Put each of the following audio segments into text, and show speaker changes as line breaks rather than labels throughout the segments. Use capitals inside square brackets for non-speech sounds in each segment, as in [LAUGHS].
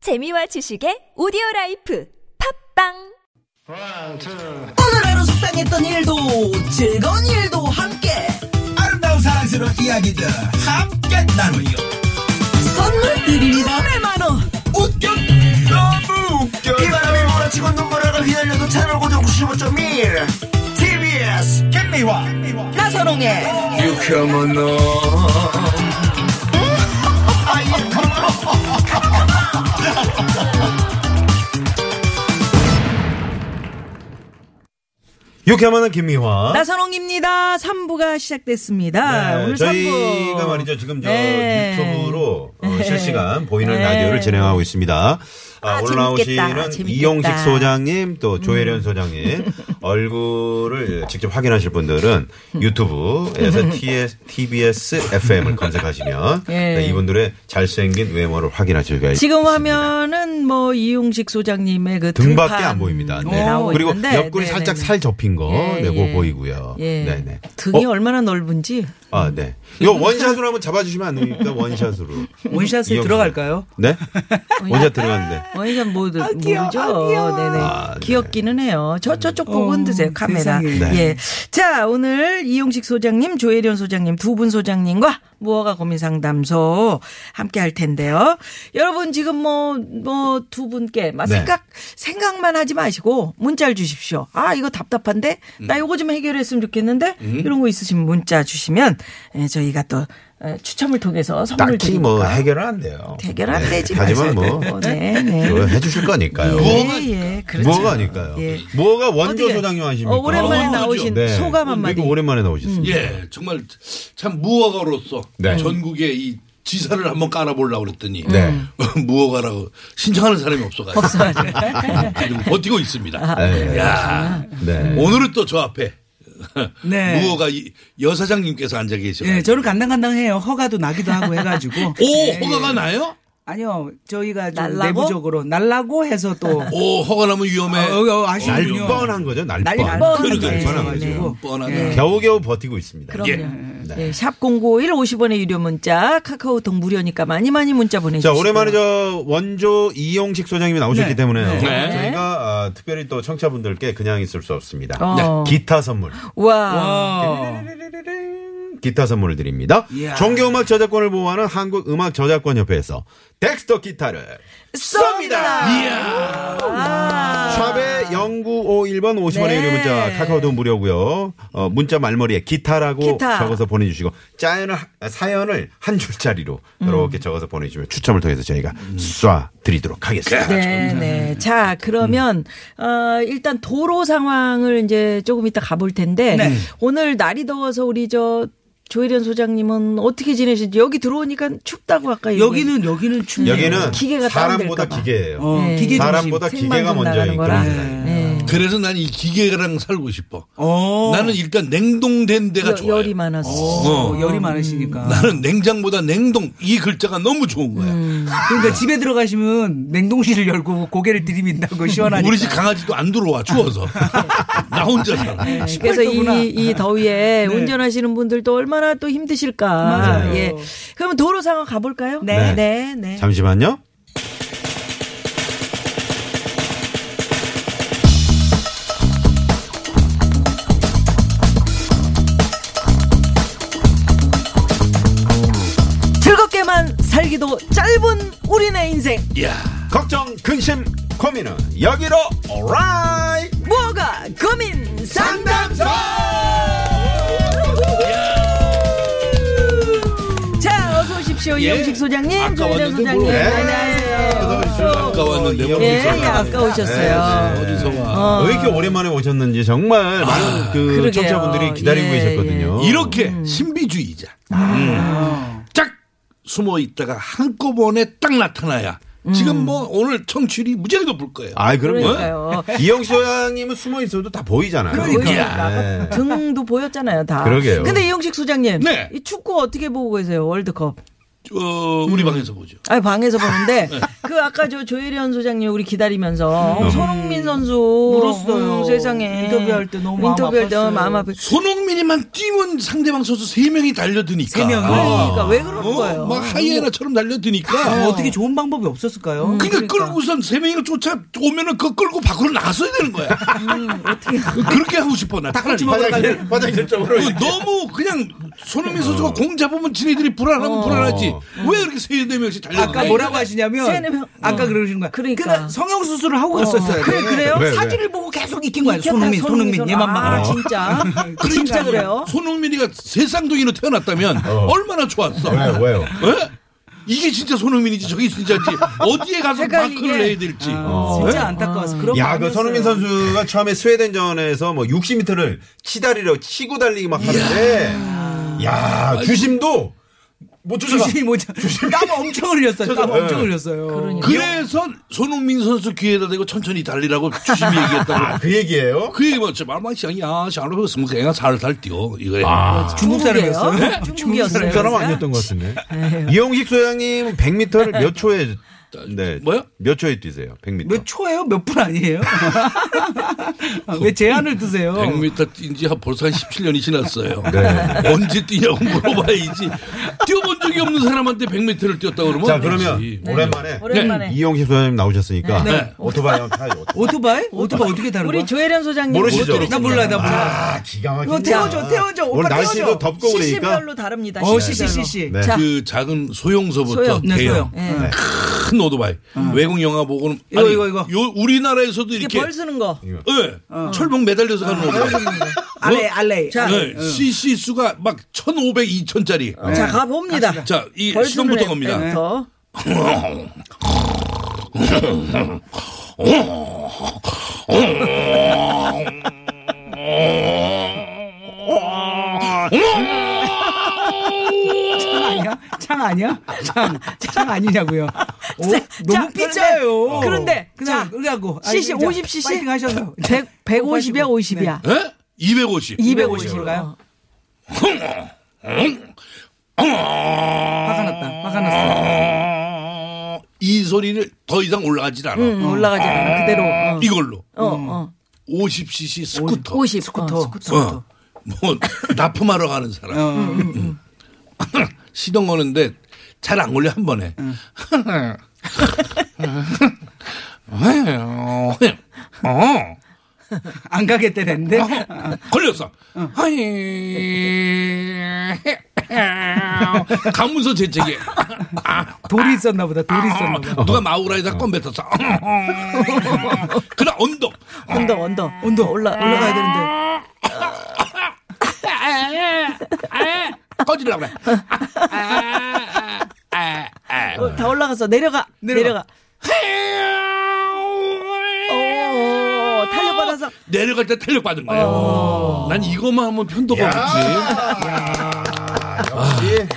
재미와 지식의 오디오 라이프 팝빵
One, two.
오늘 하루 속상했던 일도 즐거운 일도 함께
아름다운 사랑스러운 이야기들 함께 나누요
선물 드립니다 네, 100만원
웃겨 너무 웃겨
바람이 몰아치고 눈보라가 휘날려도 채널 고정 95.1 TBS
김미화
나선홍의
유쾌한 만남
유쾌만한 김미화.
나선홍입니다 3부가 시작됐습니다
네,
네, 오늘
저희가
3부
말이죠. 지금 저
네.
유튜브로 어,
네.
실시간 보이는
네.
라디오를 진행하고 있습니다. 아,
아, 재밌겠다.
올라오시는
재밌겠다. 음.
이용식 소장님 또
[LAUGHS]
조혜련 소장님 얼굴을 직접 확인하실 분들은
[LAUGHS]
유튜브에서 TS, TBS FM을 검색하시면
예.
네, 이분들의 잘생긴 외모를 확인하실 수가 있습니다.
지금 화면은 뭐 이용식 소장님의 그
등밖에
등판
안 보입니다.
뭐
네.
나오고
그리고
있는데.
옆구리
네,
살짝
네, 네.
살 접힌 거
예,
내고
예.
보이고요.
예.
네네.
등이
어?
얼마나 넓은지
아, 네. 이거 원샷으로 한번 잡아주시면 안 됩니까? 원샷으로.
원샷에
이영수.
들어갈까요?
네? 원샷 들어갔는데.
어이가
아,
뭐 모르죠. 네네.
아, 네.
귀엽기는 해요. 저 저쪽 보고 흔드세요 카메라.
어, 세상에.
네.
예. 자 오늘 이용식 소장님, 조혜련 소장님 두 분 소장님과 무허가 고민 상담소 함께 할 텐데요. 여러분 지금 뭐 뭐 두 분께 막
네.
생각 생각만 하지 마시고 문자를 주십시오. 아 이거 답답한데
음.
나 요거 좀 해결했으면 좋겠는데 이런 거 있으시면 문자 주시면 예, 저희가 또 예, 추첨을 통해서 선물
딱히
드립니다.
뭐 해결은 안 돼요.
아. 해결 안
네.
되지.
하지만 뭐,
어, 네, 네.
그거 해주실 거니까요.
예, 예, 그렇죠.
뭐가 아닐까요? 네.
예.
뭐가 원조
어떻게-
소장님 하십니까?
어, 오랜만에
어,
나오신
네.
소감 한마디.
그리고 오랜만에 나오셨습니다.
예, 정말 참 무허가로서
음. 네.
전국의 이 지사를 한번 깔아보려고 그랬더니
네.
[LAUGHS] 무허가라고 신청하는 사람이 없어가지고 [LAUGHS] 지금 버티고 있습니다.
예.
야,
네.
오늘은 또 저 앞에 [LAUGHS]
네.
무허가 이 여사장님께서 앉아 계셔.
예,
요
저는 간당간당해요. 허가도 나기도 하고 해가지고.
오, 허가가 나요?
아니요, 저희가 좀
날라고? 어,
내부적으로 날라고 해서 또
오, 허가 나면 위험해.
아, 어, 어, 아쉽군요.
날
위험해.
뻔한 거죠. 날 뻔.
날
뻔한
날
거죠.
뻔한
네.
거죠.
뭐 뻔하네.
겨우겨우 버티고 있습니다.
그럼요.
예.
네.
네, 샵 051, 50원의 유료 문자, 카카오톡 무료니까 많이 많이 문자 보내주세요.
자, 오랜만에 저 원조 이용식 소장님이 나오셨기
네.
때문에
네.
저희가 아, 특별히 또 청취자분들께 그냥 있을 수 없습니다.
어.
기타 선물.
와.
어,
기타 선물을 드립니다.
이야.
종교음악 저작권을 보호하는 한국음악저작권협회에서 덱스터 기타를
쏩니다!
이야,
샵에 0951번 50원의
네.
유료 문자 카카오도 무료고요. 어, 문자 말머리에 기타라고
기타.
적어서 보내주시고 자연을, 아, 사연을 한 줄짜리로
음.
이렇게 적어서 보내주시면 추첨을 통해서 저희가 쏴드리도록 하겠습니다.
네, 네. 자, 그러면, 어, 일단 도로 상황을 이제 조금 이따 가볼 텐데,
네.
오늘 날이 더워서 우리 저, 조혜련 소장님은 어떻게 지내시는지 여기 들어오니까 춥다고 아까 얘기했-
여기는, 여기는 춥네.
여기는
음. 기계가
사람보다
다운될까 봐.
기계예요.
어,
네.
기계 중심.
사람보다 기계가
생방송 나가는
먼저니까.
거라.
네.
그래서 난 이 기계랑 살고 싶어.
어,
나는 일단 냉동된 데가
여-
좋아요.
열이 많았어.
어, 열이 많으시니까.
나는 냉장보다 냉동 이 글자가 너무 좋은 거야.
그러니까 집에 들어가시면 냉동실을 열고 고개를 들이민다고 시원하니까.
우리 집 강아지도 안 들어와
[LAUGHS]
추워서 나 혼자 살아.
네.
네, 그래서
18도구나.
이, 이 더위에
네.
운전하시는 분들도 얼마나 또 힘드실까.
맞아요.
예. 그럼 도로 상황 가볼까요?
네.
네. 네.
잠시만요.
즐겁게만 살기도 짧은 우리네 인생.
야,
걱정, 근심, 고민은 여기로 오라이!
뭐가 고민 상담소! 자, 어서 오십시오.
예. 뭐,
이영식 소장님,
아까
조혜련
왔는데
소장님. 네,
네.
뭘 왜?
안녕하세요.
아까 왔는데 뭐
예,
어디서
예,
와?
아까 오셨어요. 아,
어디서 와?
네. 왜 이렇게 오랜만에 오셨는지 정말 많은 그
그러게요.
청취자분들이 기다리고
예,
계셨거든요.
어.
이렇게
음.
신비주의자.
아.
음. 쫙 숨어 있다가 한꺼번에 딱 나타나야.
음.
지금 뭐 오늘 청취율이 무지하게 높을 거예요.
아, 그럼요.
그러니까요.
이영수 형님은 숨어 있어도 다 보이잖아요.
그러니까.
예.
등도 보였잖아요, 다.
그러게요.
근데 이용식 소장님,
네.
이 축구 어떻게 보고 계세요? 월드컵.
어,
음.
우리 방에서 보죠.
아니 방에서
[LAUGHS]
보는데
네.
그 아까 저 조혜련 소장님 우리 기다리면서
음.
어, 손흥민 선수
울었어요.
음, 세상에
인터뷰할 때 너무 마음
인터뷰할 때
아팠어요.
마음 아프.
손흥민이만 뛰면 상대방 선수 세 명이 달려드니까.
세 명이.
그러니까 왜 그러는
어,
거예요?
막 하이에나처럼 달려드니까.
아, 어떻게 좋은 방법이 없었을까요?
그러니까, 끌 우선 세 명이 쫓아 오면은 그 끌고 밖으로 나갔어야 되는 거야.
음,
그렇게 하고 싶어 나.
닭꼬치
차라리.
먹으러 가려.
화장실 쪽으로.
그 너무 그냥 손흥민 선수가 공 잡으면 지네들이
어.
불안하면 불안하지. 왜 이렇게 세네 명씩 달려?
아까 뭐라고 하시냐면
세네 명.
아까 어. 그러시는 거야.
그러니까.
그날 성형 수술을 하고 갔었어요.
그래, 그래요?
왜, 왜?
사진을 보고 계속 익힌 거야. 손흥민, 손흥민 얘만
아,
봐.
진짜
[LAUGHS]
진짜 그래요?
손흥민이가 세상둥이로 태어났다면 얼마나 좋았어.
왜요? 왜요?
예? 이게 진짜 손흥민인지 저게 진짜인지 어디에 가서
제가
마크를
이게- 어.
해야 될지.
진짜 안타까웠어. 그런
야, 그 선우민 선수가 처음에 스웨덴전에서 뭐 60m를 치다리로 치고 달리기 막 하는데, 야, 주심도 못 쫓아가.
조심히 뭐 네. 모자. 땀 엄청 흘렸어요. 땀 엄청 흘렸어요.
그래서 손흥민 선수 귀에다 대고 천천히 달리라고 주심이
아,
얘기했다고.
그 얘기예요?
그게 뭐지 말만시장이야 샤르프 스무개가 살살 뛰어 이거야.
중국 사람이었어요.
중국이에요? 중국이었어요.
사람 아니었던 것 같은데.
네.
이영식 소장님 100m를 몇 초에 네.
뭐요?
몇 초에 뛰세요? 100m.
몇 초예요? 몇 분 [LAUGHS] 아니에요? 왜 제한을 두세요?
100m 뛴지 한 벌써 한 17년이 지났어요.
네.
[LAUGHS] 언제 뛰냐고 물어봐야지. 뛰어본 적이 없는 사람한테 100m를 뛰었다 그러면
자,
안
그러면 네.
되지.
오랜만에
오랜만에
네. 이영식 소장님 나오셨으니까
네. 네.
오토바이 한번 타요.
오토바이? 오토바이 어떻게 다른 거야?
우리 조혜련 소장님
모르시죠?
나 몰라, 나 몰라.
아, 기가 막히다.
어, 태워줘, 태워줘.
오늘
오빠
날씨도
태워줘.
덥고 그러니까.
CC별로 다릅니다.
어,
시시별로. 예,
CCCC.
네.
자,
그 작은 소형서부터
소형.
네,
대형
소형.
큰 오토바이 외국 영화 보고는
이거, 이거, 이거.
요 우리나라에서도
이게
이렇게
벌 쓰는 거.
예, 철봉 매달려서 가는 오토바이.
알레, 알레.
자,
네, CC 수가 막 1,500, 2,000짜리.
어. 자 네. 가봅니다.
네. 자, 이
벌
시동부터
쓰는
겁니다.
앱부터.
창 아니야? 창 아니야? 창, 창 아니냐고요. 오,
자,
어?
자,
너무 삐짜요.
그런데,
그냥
자,
그래갖고 아니,
CC,
진짜
50 CC?
파이팅 네. 하셔서
100, 150이야, 50이야. 어,
예? 250.
250으로 가요. 화가 났다. 화가 났어.
이 소리를 더 이상 올라가질 않아.
음, 올라가지 않아. 그대로. 어.
이걸로
어,
음.
어.
50cc 스쿠터.
50. 스쿠터.
어. 뭐 [LAUGHS] 납품하러 가는 사람.
어.
음. [LAUGHS] 시동 거는데 잘 안 걸려 한 번에. [LAUGHS] 어. [LAUGHS]
안 가겠다 했는데.
어, 걸렸어. [LAUGHS] 강문서 재채기. 아,
돌이 있었나 보다. 돌이 있었나 보다.
누가 마우라에다 껌 뱉었어. [LAUGHS] 그래 언덕.
언덕, 언덕.
아.
언덕. 올라, 올라가야 되는데.
꺼지려고 그래.
아,
어, 다 올라가서 내려가. 내려가.
내려가.
오, 어,
어.
탄력받아서.
어. 내려갈 때 탄력 받은
어.
거예요. 난 이것만 하면 편도가 없지.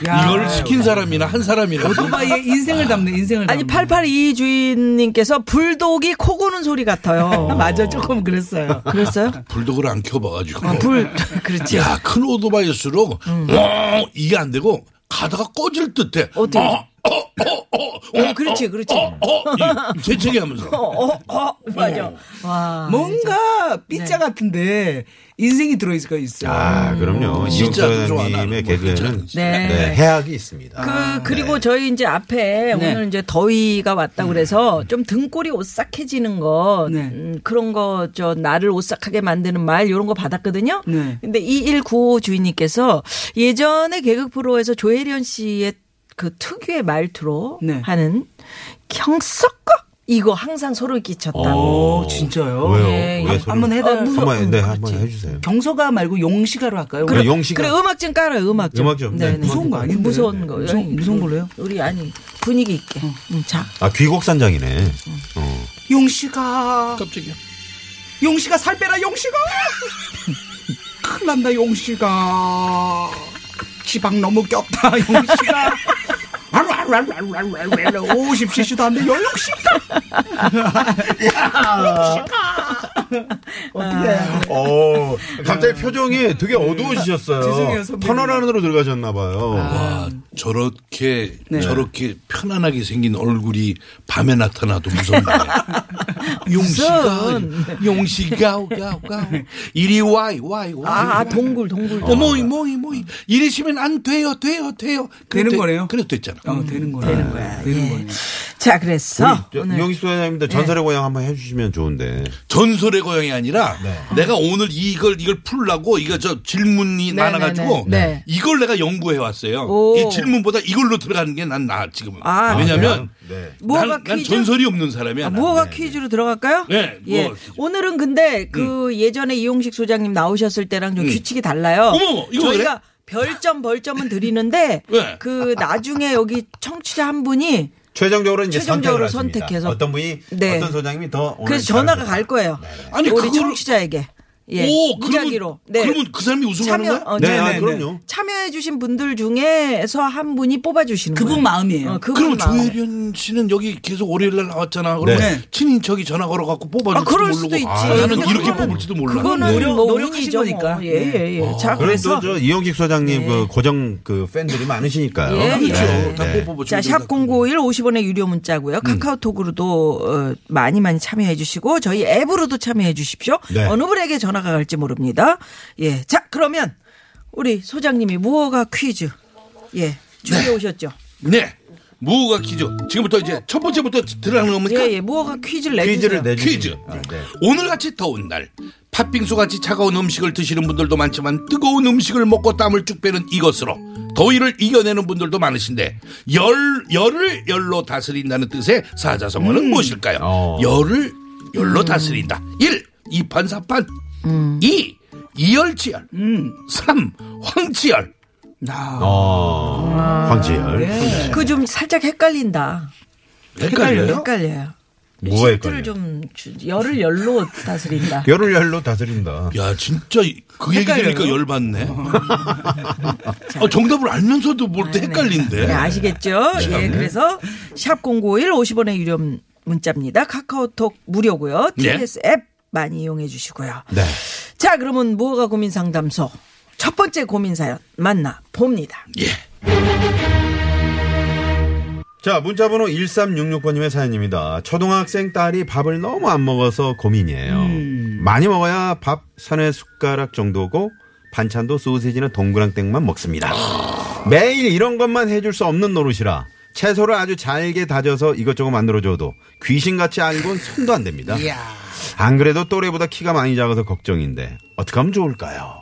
이걸 시킨 사람이나 한 사람이나.
오토바이의 인생을 담네, 인생을 담네.
아니, 882 주인님께서 불독이 코 고는 소리 같아요.
[LAUGHS] 맞아, 조금 그랬어요.
그랬어요?
불독을 안 켜봐가지고.
아, 불, [LAUGHS] 그렇지.
야, 큰 오토바이일수록, 와, 이게 안 되고, 가다가 꺼질 듯해.
어떻게?
어, 어, 어, 어,
어, 그렇지, 그렇지.
어, 어,
[LAUGHS]
이 재채기 하면서.
어, 어, 어, 맞아. 와.
뭔가 삐짜 같은데 인생이 들어있을 거 있어요.
아, 그럼요. 이영식
진짜 안 좋아,
소장님의
나는 뭐
개그에는
괜찮은지.
네.
네, 해악이 있습니다.
아,
그
네.
그리고 저희 이제 앞에 오늘 이제 더위가 왔다 그래서 좀 등골이 오싹해지는 거
음. 네.
음, 그런 거 저 나를 오싹하게 만드는 말 이런 거 받았거든요.
네.
근데 2195 주인님께서 예전에 개그 프로에서 조혜련 씨의 그 특유의 말투로
네.
하는 경석거 이거 항상 소름 끼쳤다고.
오, 진짜요?
왜요?
예,
왜
한-
소리-
한번 해달-
네. 한번 네, 한번 해주세요.
경서가 말고 용시가로 할까요?
그래,
우리-
용 씨가
그래 음악 좀 깔아요 음악 좀.
음악 좀, 네.
무서운 거 아닌데.
무서운 거.
무서운- 무서운 걸로 해요? 어.
우리 아니 분위기 있게. 음, 자.
아 귀곡산장이네.
용시가
깜짝이야.
용시가 살 빼라 용시가 큰일 난다 용시가 지방 너무 꼈다 용시가 아루 아루 57시도 안 돼. 16시가.
어, 갑자기 표정이 되게 어두워지셨어요. 아,
죄송해요, 선배님.
터널 안으로 들어가셨나 봐요.
와 아, 저렇게
네.
저렇게 편안하게 생긴 얼굴이 밤에
[LAUGHS]
나타나도 무섭네. 용시가 용시가 오가오가 이리 와이 와이
아, 아,
와이.
동굴, 동굴.
어머 이모 이모 이러시면 안 돼요 돼요 돼요. 그래,
되는
돼-
거네요.
그래 됐잖아.
어, 되는 거야. 되는 거야. 되는 거야.
자, 네. 그래서
저,
오늘
이영희 소장님들 전설의 고향 한번 해주시면 좋은데.
전설의 고향이 아니라 내가 오늘 이걸 이걸 풀라고 이거 저 질문이
네,
많아가지고
네, 네.
이걸 내가 연구해 왔어요.
오.
이 질문보다 이걸로 들어가는 게 난 나 지금은.
아,
왜냐면
네.
무허가
난, 난
퀴즈?
전설이 없는 사람이야.
아,
나는.
무허가 퀴즈로 들어갈까요?
네,
예.
무허가 퀴즈. 음.
오늘은 근데 그 예전에 이용식 소장님 나오셨을 때랑 좀 규칙이 달라요.
어머, 어머, 이거
저희가 별점 벌점은 드리는데
왜?
그 나중에 여기 청취자 한 분이
최종적으로 이제
최종적으로
선택을 하십니다.
선택해서.
어떤 분이
네.
어떤 소장님이 더 오늘
그래서 전화가
잘하셨다.
갈 거예요.
네. 아니,
우리
그걸-
청취자에게. 예.
오,
무작위로. 네.
그러면, 그러면 그 사람이 우승하는
참여,
거야?
어,
네,
네,
아,
네, 네.
그럼요.
참여해주신 분들 중에서 한 분이 뽑아주시는
그분
거예요.
마음이에요.
어, 그분
그럼
마음.
조혜련 씨는 여기 계속 월요일 날 나왔잖아. 그러면
네.
친인척이 전화 걸어갖고 뽑아줄지도
아, 그럴
모르고
수도 있지.
아, 나는
근데
이렇게
그거는-
뽑을지도 몰라.
그거는
노력-
뭐
노력하신
운이죠,
거니까.
뭐. 예, 예, 예. 자,
아, 그래서
그래서
저 이영식 소장님 그 고정 그 팬들이 많으시니까요.
예, 예.
그렇죠.
네,
다
네.
뽑아보지.
자, 샵 0951 50원의 유료 문자고요. 카카오톡으로도 어, 많이 많이 참여해 주시고 저희 앱으로도 참여해 주십시오.
네.
어느 분에게 전화가 갈지 모릅니다. 예. 자, 그러면 우리 소장님이 무허가 퀴즈 예. 준비해 오셨죠?
네. 무호가 퀴즈. 지금부터 이제 첫 번째부터 들어가는 겁니까?
예, 예. 무허가 퀴즈를 내 주세요.
퀴즈를 내주세요.
그 퀴즈.
아, 네.
오늘같이 더운 날 팥빙수같이 차가운 음식을 드시는 분들도 많지만 뜨거운 음식을 먹고 땀을 쭉 빼는 이것으로 더위를 이겨내는 분들도 많으신데 열, 열을 열로 다스린다는 뜻의 사자성어는 무엇일까요?
어.
열을 열로 다스린다. 1. 이판사판
음.
2. 이열치열
음.
3. 황치열
아.
나.
어, 황지열.
그 좀 살짝 헷갈린다.
헷갈려요?
헷갈려요.
뭐가
힌트를
헷갈려?
좀 주, 열을 열로 다스린다.
열을 열로 다스린다.
야 진짜 이- 그 얘기 들으니까
[LAUGHS]
열받네 아, 정답을 알면서도 뭘 또 헷갈린데
네, 아시겠죠? 예, 그래서 샵 0951 50원의 유료 문자입니다. 카카오톡 무료고요.
네.
TBS 앱 많이 이용해 주시고요.
네.
자, 그러면 무허가 고민 상담소 첫 번째 고민 사연 만나 봅니다.
예.
자, 문자번호 1366번님의 사연입니다. 초등학생 딸이 밥을 너무 안 먹어서 고민이에요.
음.
많이 먹어야 밥 서너 숟가락 정도고 반찬도 소시지나 동그랑땡만 먹습니다. 매일 이런 것만 해줄 수 없는 노릇이라 채소를 아주 잘게 다져서 이것저것 만들어줘도 귀신같이 알고는 손도 안 됩니다. 안 그래도 또래보다 키가 많이 작아서 걱정인데 어떻게 하면 좋을까요?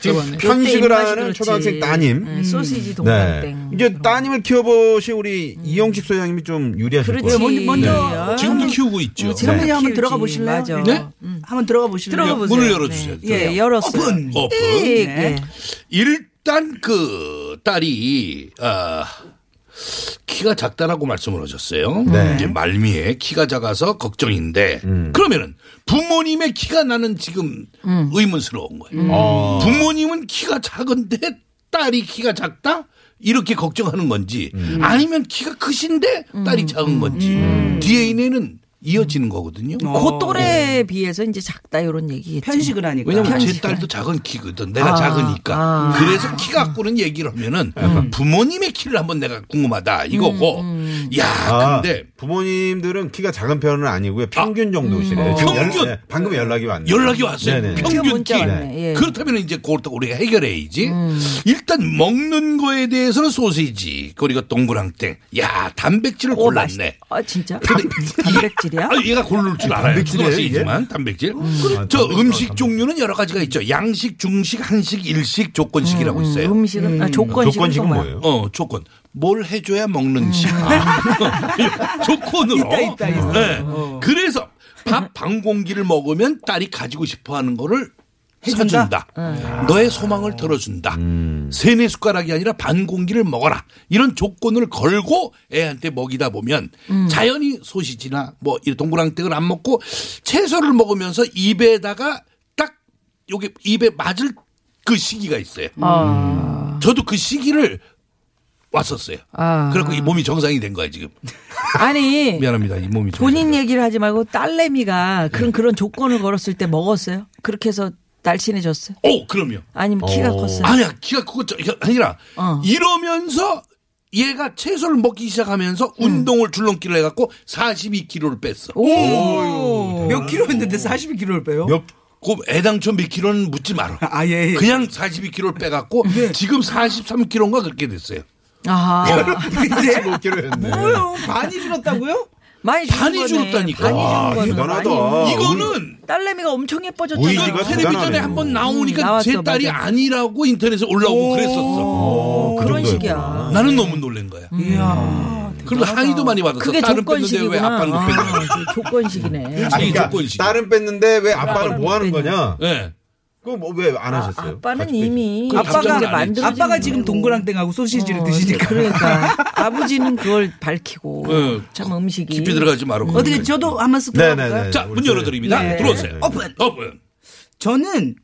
지금 편식을
이때 입맛이
하는
그렇지.
초등학생 따님
네, 소시지
네.
동그랑땡.
이제 따님을 키워보신 우리 이영식 소장님이 좀 유리하실
음. 그렇지.
거예요.
먼저- 먼저
네.
지금도 키우고 있죠.
지금
그냥 한번
키우지.
들어가 보실래요?
맞아.
네?
한번 들어가 보실래요?
들어가 보세요.
문을 열어주세요.
네. 예, 열었어요.
오픈.
오픈.
띡, 예.
네.
일단 그 딸이 아, 키가 작다라고 말씀을 하셨어요. 이제 말미에 키가 작아서 걱정인데 그러면은 부모님의 키가 나는 지금
음.
의문스러운 거예요.
어.
부모님은 키가 작은데 딸이 키가 작다? 이렇게 걱정하는 건지 아니면 키가 크신데 딸이
음.
작은 건지 DNA는 이어지는 거거든요.
뭐.
그 또래에 비해서 이제 작다 이런 얘기겠죠.
편식을 하니까.
왜냐면 제
편식을.
딸도 작은 키거든. 내가
아,
작으니까. 그래서 키 갖고는 얘기를 하면은
음.
부모님의 키를 한번 내가 궁금하다 이거고.
음.
야,
아,
근데
부모님들은 키가 작은 편은 아니고요. 평균 정도시래요.
음.
지금
평균?
네, 방금 연락이 왔네요.
연락이 왔어요.
네네.
지금
평균 키.
문자 왔네. 예. 음.
그렇다면 이제 그것도 우리가 해결해야지. 일단 먹는 거에 대해서는 소시지 그리고 동그랑땡. 야, 단백질을 골랐네.
아 진짜? 단백질이야?
아, 얘가 고를 줄 알아요.
단백질이에요, 음. 아,
단백질이지만 단백질. 저 음식 종류는 여러 가지가 있죠. 양식, 중식, 한식, 일식, 조건식이라고 있어요.
음식은 아, 조건식은,
조건식은
또
뭐예요? 네.
어 조건 뭘 해줘야 먹는지 조건으로
있다, 있다, 있어.
네. 그래서 밥 반공기를 먹으면 딸이 가지고 싶어하는 거를 사준다
어.
너의 소망을 들어준다 세네 숟가락이 아니라 반공기를 먹어라 이런 조건을 걸고 애한테 먹이다 보면
음.
자연히 소시지나 뭐이 동그랑땡을 안 먹고 채소를 먹으면서 입에다가 딱 여기
아.
입에 맞을 그 시기가 있어요. 저도 그 시기를 왔었어요.
아.
그래갖고 이 몸이 정상이 된 거야 지금.
아니
미안합니다. 이 몸이 정상이
본인 얘기를 하지 말고 딸내미가 그런 그런 조건을 걸었을 때 먹었어요. 그렇게 해서 날씬해졌어요.
오 그럼요.
아니면 키가
어.
컸어요.
아니야 키가 크고 저- 아니라
어.
이러면서 얘가 채소를 먹기 시작하면서
음.
운동을 줄넘기를 해갖고 42kg를 뺐어.
오.
몇 킬로였는데 42킬로를 빼요?
몇
그 애당초 몇 킬로는 묻지 마라.
아, 예, 예.
그냥 42kg를 빼갖고
네.
지금 43kg인가 그렇게 됐어요.
아하.
근데
5kg 했네.
뭐요? 반이 줄었다고요?
많이 줄은
반이
거네.
줄었다니까. 아,
반이 줄은
와,
거는
대단하다.
많이-
아,
이거는
딸내미가 엄청 예뻐졌잖아.
우리 지가
텔레비전에
대단하네요.
한번
음,
나오니까
나왔어,
제 딸이
맞아.
아니라고 인터넷에 올라오고 그랬었어.
어, 그
그런
정도였구나.
식이야.
나는 너무 놀란 거야.
이야.
그리고 항의도 많이 받았어.
네. 그게
딸은 뺐는데 왜
조건식이구나.
아빠는 못 뺐냐.
아, 조건식이네.
아니, 그러니까
조건식이야.
딸은 뺐는데 왜 아빠는 뭐 하는 거냐?
예.
그거 뭐 왜 안 하셨어요?
아빠는
같이 빼지.
이미
그
아빠가
답장을 안
만들어진
아빠가 지금
거고.
동그랑땡하고 소시지를
어,
드시니까.
그러니까 [LAUGHS] 아버지는 그걸 밝히고
예.
참 음식이
깊이 들어가지 말고.
어떻게 저도 한번 쓱 들어볼까요?
네네네.
자, 문 열어드립니다.
네.
들어오세요.
오픈.
오픈.
저는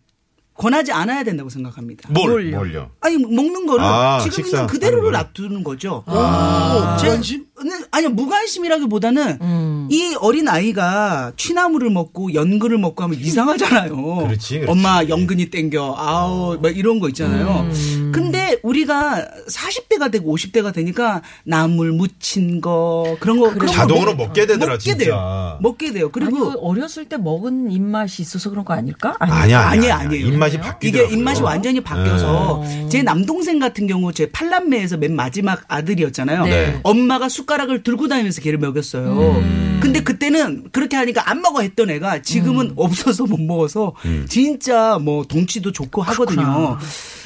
권하지 않아야 된다고 생각합니다.
뭐-
뭘?
뭘요?
아니 먹는 거를
아,
지금
식사
있는 그대로
하는 거를.
놔두는 거죠.
아.
아,
제- 네, 아니요 무관심이라기보다는
음.
이 어린 아이가 취나물을 먹고 연근을 먹고 하면 이상하잖아요.
그렇지, 어. 그렇지.
엄마 연근이 땡겨 아우 막 이런 거 있잖아요.
음.
근데 우리가 40대가 되고 50대가 되니까 나물 무친 거 그런 거 그런 거
자동으로
먹-
먹게 되더라, 진짜.
돼요. 먹게 돼요.
아니,
그리고
그 어렸을 때 먹은 입맛이 있어서 그런 거 아닐까?
아니야, 아니야,
아니에요,
아니야.
아니에요.
입맛이
이게
바뀌더라고요. 네.
입맛이 완전히 바뀌어서 제 남동생 같은 경우 제 팔남매에서 맨 마지막 아들이었잖아요.
네.
엄마가 숟가락을 들고 다니면서 걔를 먹였어요.
음.
근데 그때는 그렇게 하니까 안 먹어 했던 애가 지금은 없어서 못 먹어서
음.
진짜 뭐 덩치도 좋고 하거든요.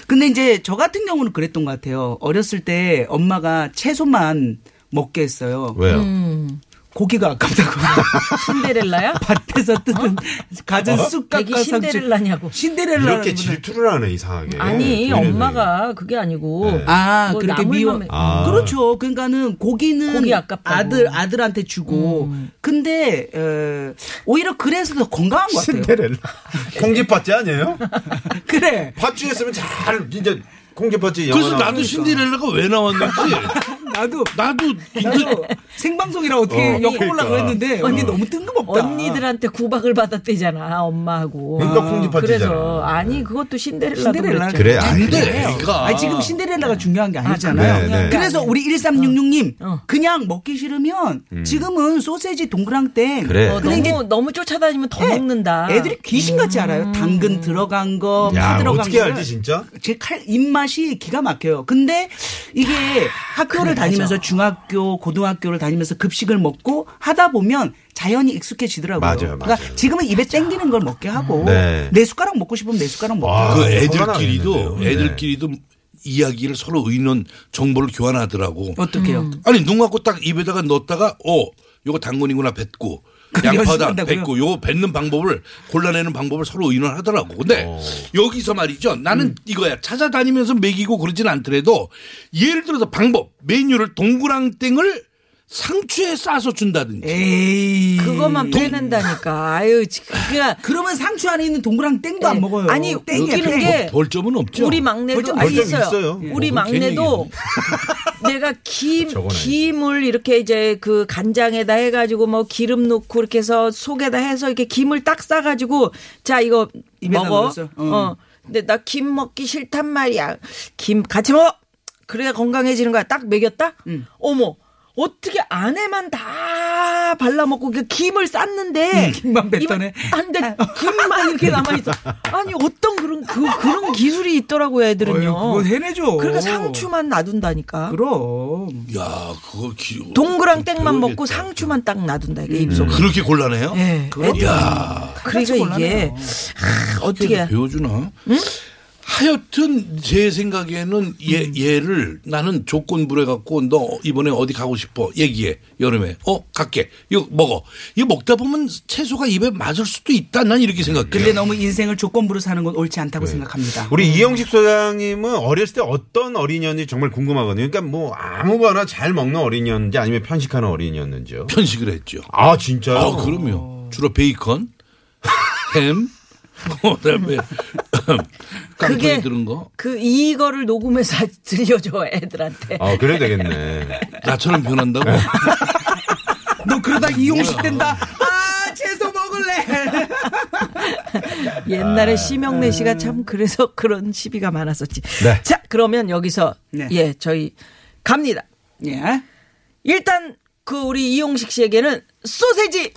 근데 이제 저 같은 경우는 그랬던 것 같아요. 어렸을 때 엄마가 채소만 먹게 했어요.
왜요?
음.
고기가 아깝다고
[LAUGHS]
신데렐라야?
밭에서
어?
뜯은 가진 쑥
되게
깎아
신데렐라냐고.
신데렐라
이렇게 질투를 하네 이상하게.
그 음. 아니
우리는
엄마가 그게 아니고
네.
아,
뭐
그렇게
나물
미워.
맘에-
아.
그렇죠. 그러니까는 고기는
고기 아깝다고. 음.
아들 아들한테 주고. 근데 에, 오히려 그래서 더 건강한 것 같아요.
신데렐라. 콩쥐팥쥐 아니에요?
[LAUGHS] 그래.
팥쥐 했으면 잘 이제 콩쥐팥쥐 영화.
그래서 나도
나오고.
신데렐라가 왜
[LAUGHS]
나왔는지
나도
나도 그
나도 생방송이라 어떻게
어,
엮어 보려고
그러니까.
했는데 언니 너무 뜬금없다.
언니들한테 구박을 받았대잖아 엄마하고.
그러니까
그래서
콩쥐팥쥐잖아.
아니 그것도 신데렐라도 그렇죠.
신데렐라.
그랬죠. 네.
그래, 안
안돼.
돼.
그러니까.
아니, 지금 신데렐라가 중요한 게 아니잖아요.
그래요? 네, 네.
그래서 우리 1366님
어.
그냥 먹기 싫으면 지금은 소세지 동그랑땡
음. 그래.
어, 너무
근데
너무 쫓아다니면 더
네.
먹는다. 음.
애들이 귀신같이 알아요. 당근 들어간 거, 파
야
들어간 거.
어떻게 알지 진짜?
제 칼 입맛이 기가 막혀요. 근데 이게 학교를 다니면서 중학교, 고등학교를 다니면서 급식을 먹고 하다 보면 자연히 익숙해지더라고요.
맞아요, 맞아요.
그러니까 지금은 입에 땡기는 걸 먹게 하고
네.
내 숟가락 먹고 싶으면 내 숟가락 먹고.
아,
그
화가
애들끼리도
나겠는데요. 네.
애들끼리도 이야기를 서로 의논 정보를 교환하더라고.
어떡해요?
음.
아니 눈 감고 딱 입에다가 넣었다가 어 요거 당근이구나 뱉고
그걸
양파다
연습한다고요?
뱉고 요거 뱉는 방법을 골라내는 방법을 서로 의논하더라고. 근데
어.
여기서 말이죠. 나는
음.
이거야 찾아다니면서 먹이고 그러진 않더라도 예를 들어서 방법 메뉴를 동그랑땡을 상추에 싸서 준다든지.
에이.
그것만 빼낸다니까. 아유, 지- 그러니까
그러면 상추 안에 있는 동그랑 땡도 안 먹어요.
네. 아니,
땡이야,
웃기는
땡.
게
뭐 벌점은 없죠.
우리 막내도
벌점-
아
벌점
있어요.
있어요.
우리
어,
막내도 [LAUGHS] 내가 김
저거네.
김을 이렇게 이제 그 간장에다 해가지고 뭐 기름 넣고 이렇게 해서 속에다 해서 이렇게 김을 딱 싸가지고 자 이거
입에다
먹어.
넣었어. 응.
어. 근데 나 김 먹기 싫단 말이야. 김 같이 먹어. 그래야 건강해지는 거야. 딱 먹였다. 어머. 어떻게 안에만 다 발라먹고 그 김을 쌌는데
김만 뱉어내.
이만- 안 돼. 김만 아, 이렇게 남아있어. 아니, 어떤 그런, 그, 그런 기술이 있더라고요, 애들은요.
어휴, 그건 해내죠.
그러니까 상추만 놔둔다니까.
그럼.
야 그거 기...
동그랑 땡만 먹고
배워야겠다.
상추만 딱 놔둔다,
음.
이게 입속.
그렇게 곤란해요?
예. 애들-
야
그러니까 이게, 아, 어떻게. 해야-
배워주나? 하여튼 제 생각에는 얘,
음.
얘를 나는 조건부로 해갖고 너 이번에 어디 가고 싶어 얘기해 여름에 어 갈게 이거 먹어 이거 먹다 보면 채소가 입에 맞을 수도 있다 난 이렇게 생각해
근데 너무 인생을 조건부로 사는 건 옳지 않다고
네.
생각합니다.
우리 이영식 소장님은 어렸을 때 어떤 어린이였는지 정말 궁금하거든요. 그러니까 뭐 아무거나 잘 먹는 어린이였는지 아니면 편식하는 어린이였는지요.
편식을 했죠
아
어,
어.
진짜요?
[LAUGHS] 아 뭐, 그럼요 주로 베이컨 햄 그다음에 지금 깡통이 들은 거
그 이거를 녹음해서 [LAUGHS] 들려줘 애들한테.
아, 그래야 되겠네.
나처럼
[LAUGHS]
변한다고
너 그러다 이용식 된다. 아, 채소 먹을래.
옛날에
아.
심영래 씨가 참 그래서 그런 시비가 많았었지.
네.
자, 그러면 여기서
네.
예, 저희 갑니다.
[LAUGHS] 예.
일단 그 우리 이용식 씨에게는 소세지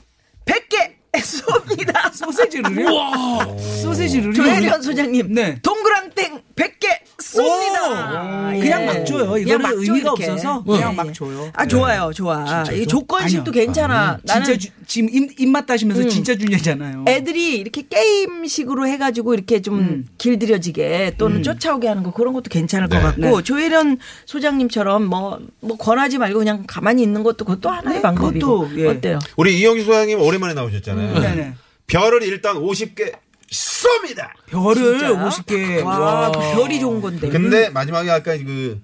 100개 [LAUGHS] 쏩니다.
소세지를요?
어,
소세지를요?
조혜련 소장님,
네.
동그랑땡 100개 쏩니다. 예.
그냥 막 줘요.
그냥
이거는
막 줘,
의미가
이렇게.
없어서
예,
그냥
예.
막 줘요. 네.
아 좋아요, 좋아.
진짜
이
줘?
조건식도
아니요.
괜찮아.
진짜
나는
주, 어. 지금 입, 입맛 따시면서 진짜 주냐잖아요.
애들이 이렇게 게임식으로 해가지고 이렇게 좀
음.
길들여지게 또는 쫓아오게 하는 거 그런 것도 괜찮을 것
네.
같고 조혜련 소장님처럼 뭐 뭐 권하지 말고 그냥 가만히 있는 것도 그것도 하나의 방법이고
그것도, 예.
어때요?
우리 이영기 소장님 오랜만에 나오셨잖아요.
네네.
별을 일단 50개 쏩니다.
별을
진짜?
50개.
와, 그 별이 좋은 건데.
근데 마지막에 아까 그,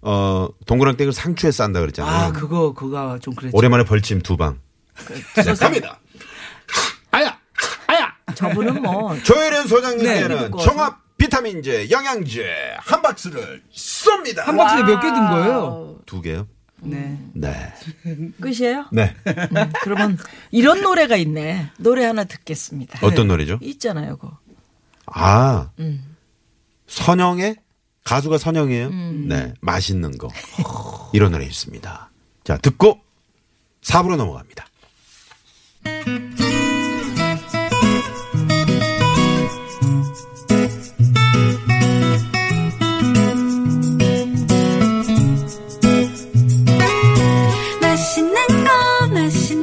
어, 동그랑땡을 상추에 싼다 그랬잖아요.
아, 그거, 그거 좀 그랬죠.
오랜만에 벌침 두 방. 네, 갑니다.
아야 아야
저분은 뭐 [LAUGHS]
조혜련 소장님께는
네.
종합 비타민제, 영양제 한 박스를 쏩니다.
한 박스에 몇 개 든 거예요?
두 개요?
네.
네.
끝이에요?
네.
음, 그러면 이런 노래가 있네. 노래 하나 듣겠습니다.
어떤 노래죠?
있잖아요, 그거.
아. 선영의 가수가 선영이에요. 네. 맛있는 거. 이런 노래 있습니다. 자, 듣고 4부로 넘어갑니다.
맛있는 거 맛있는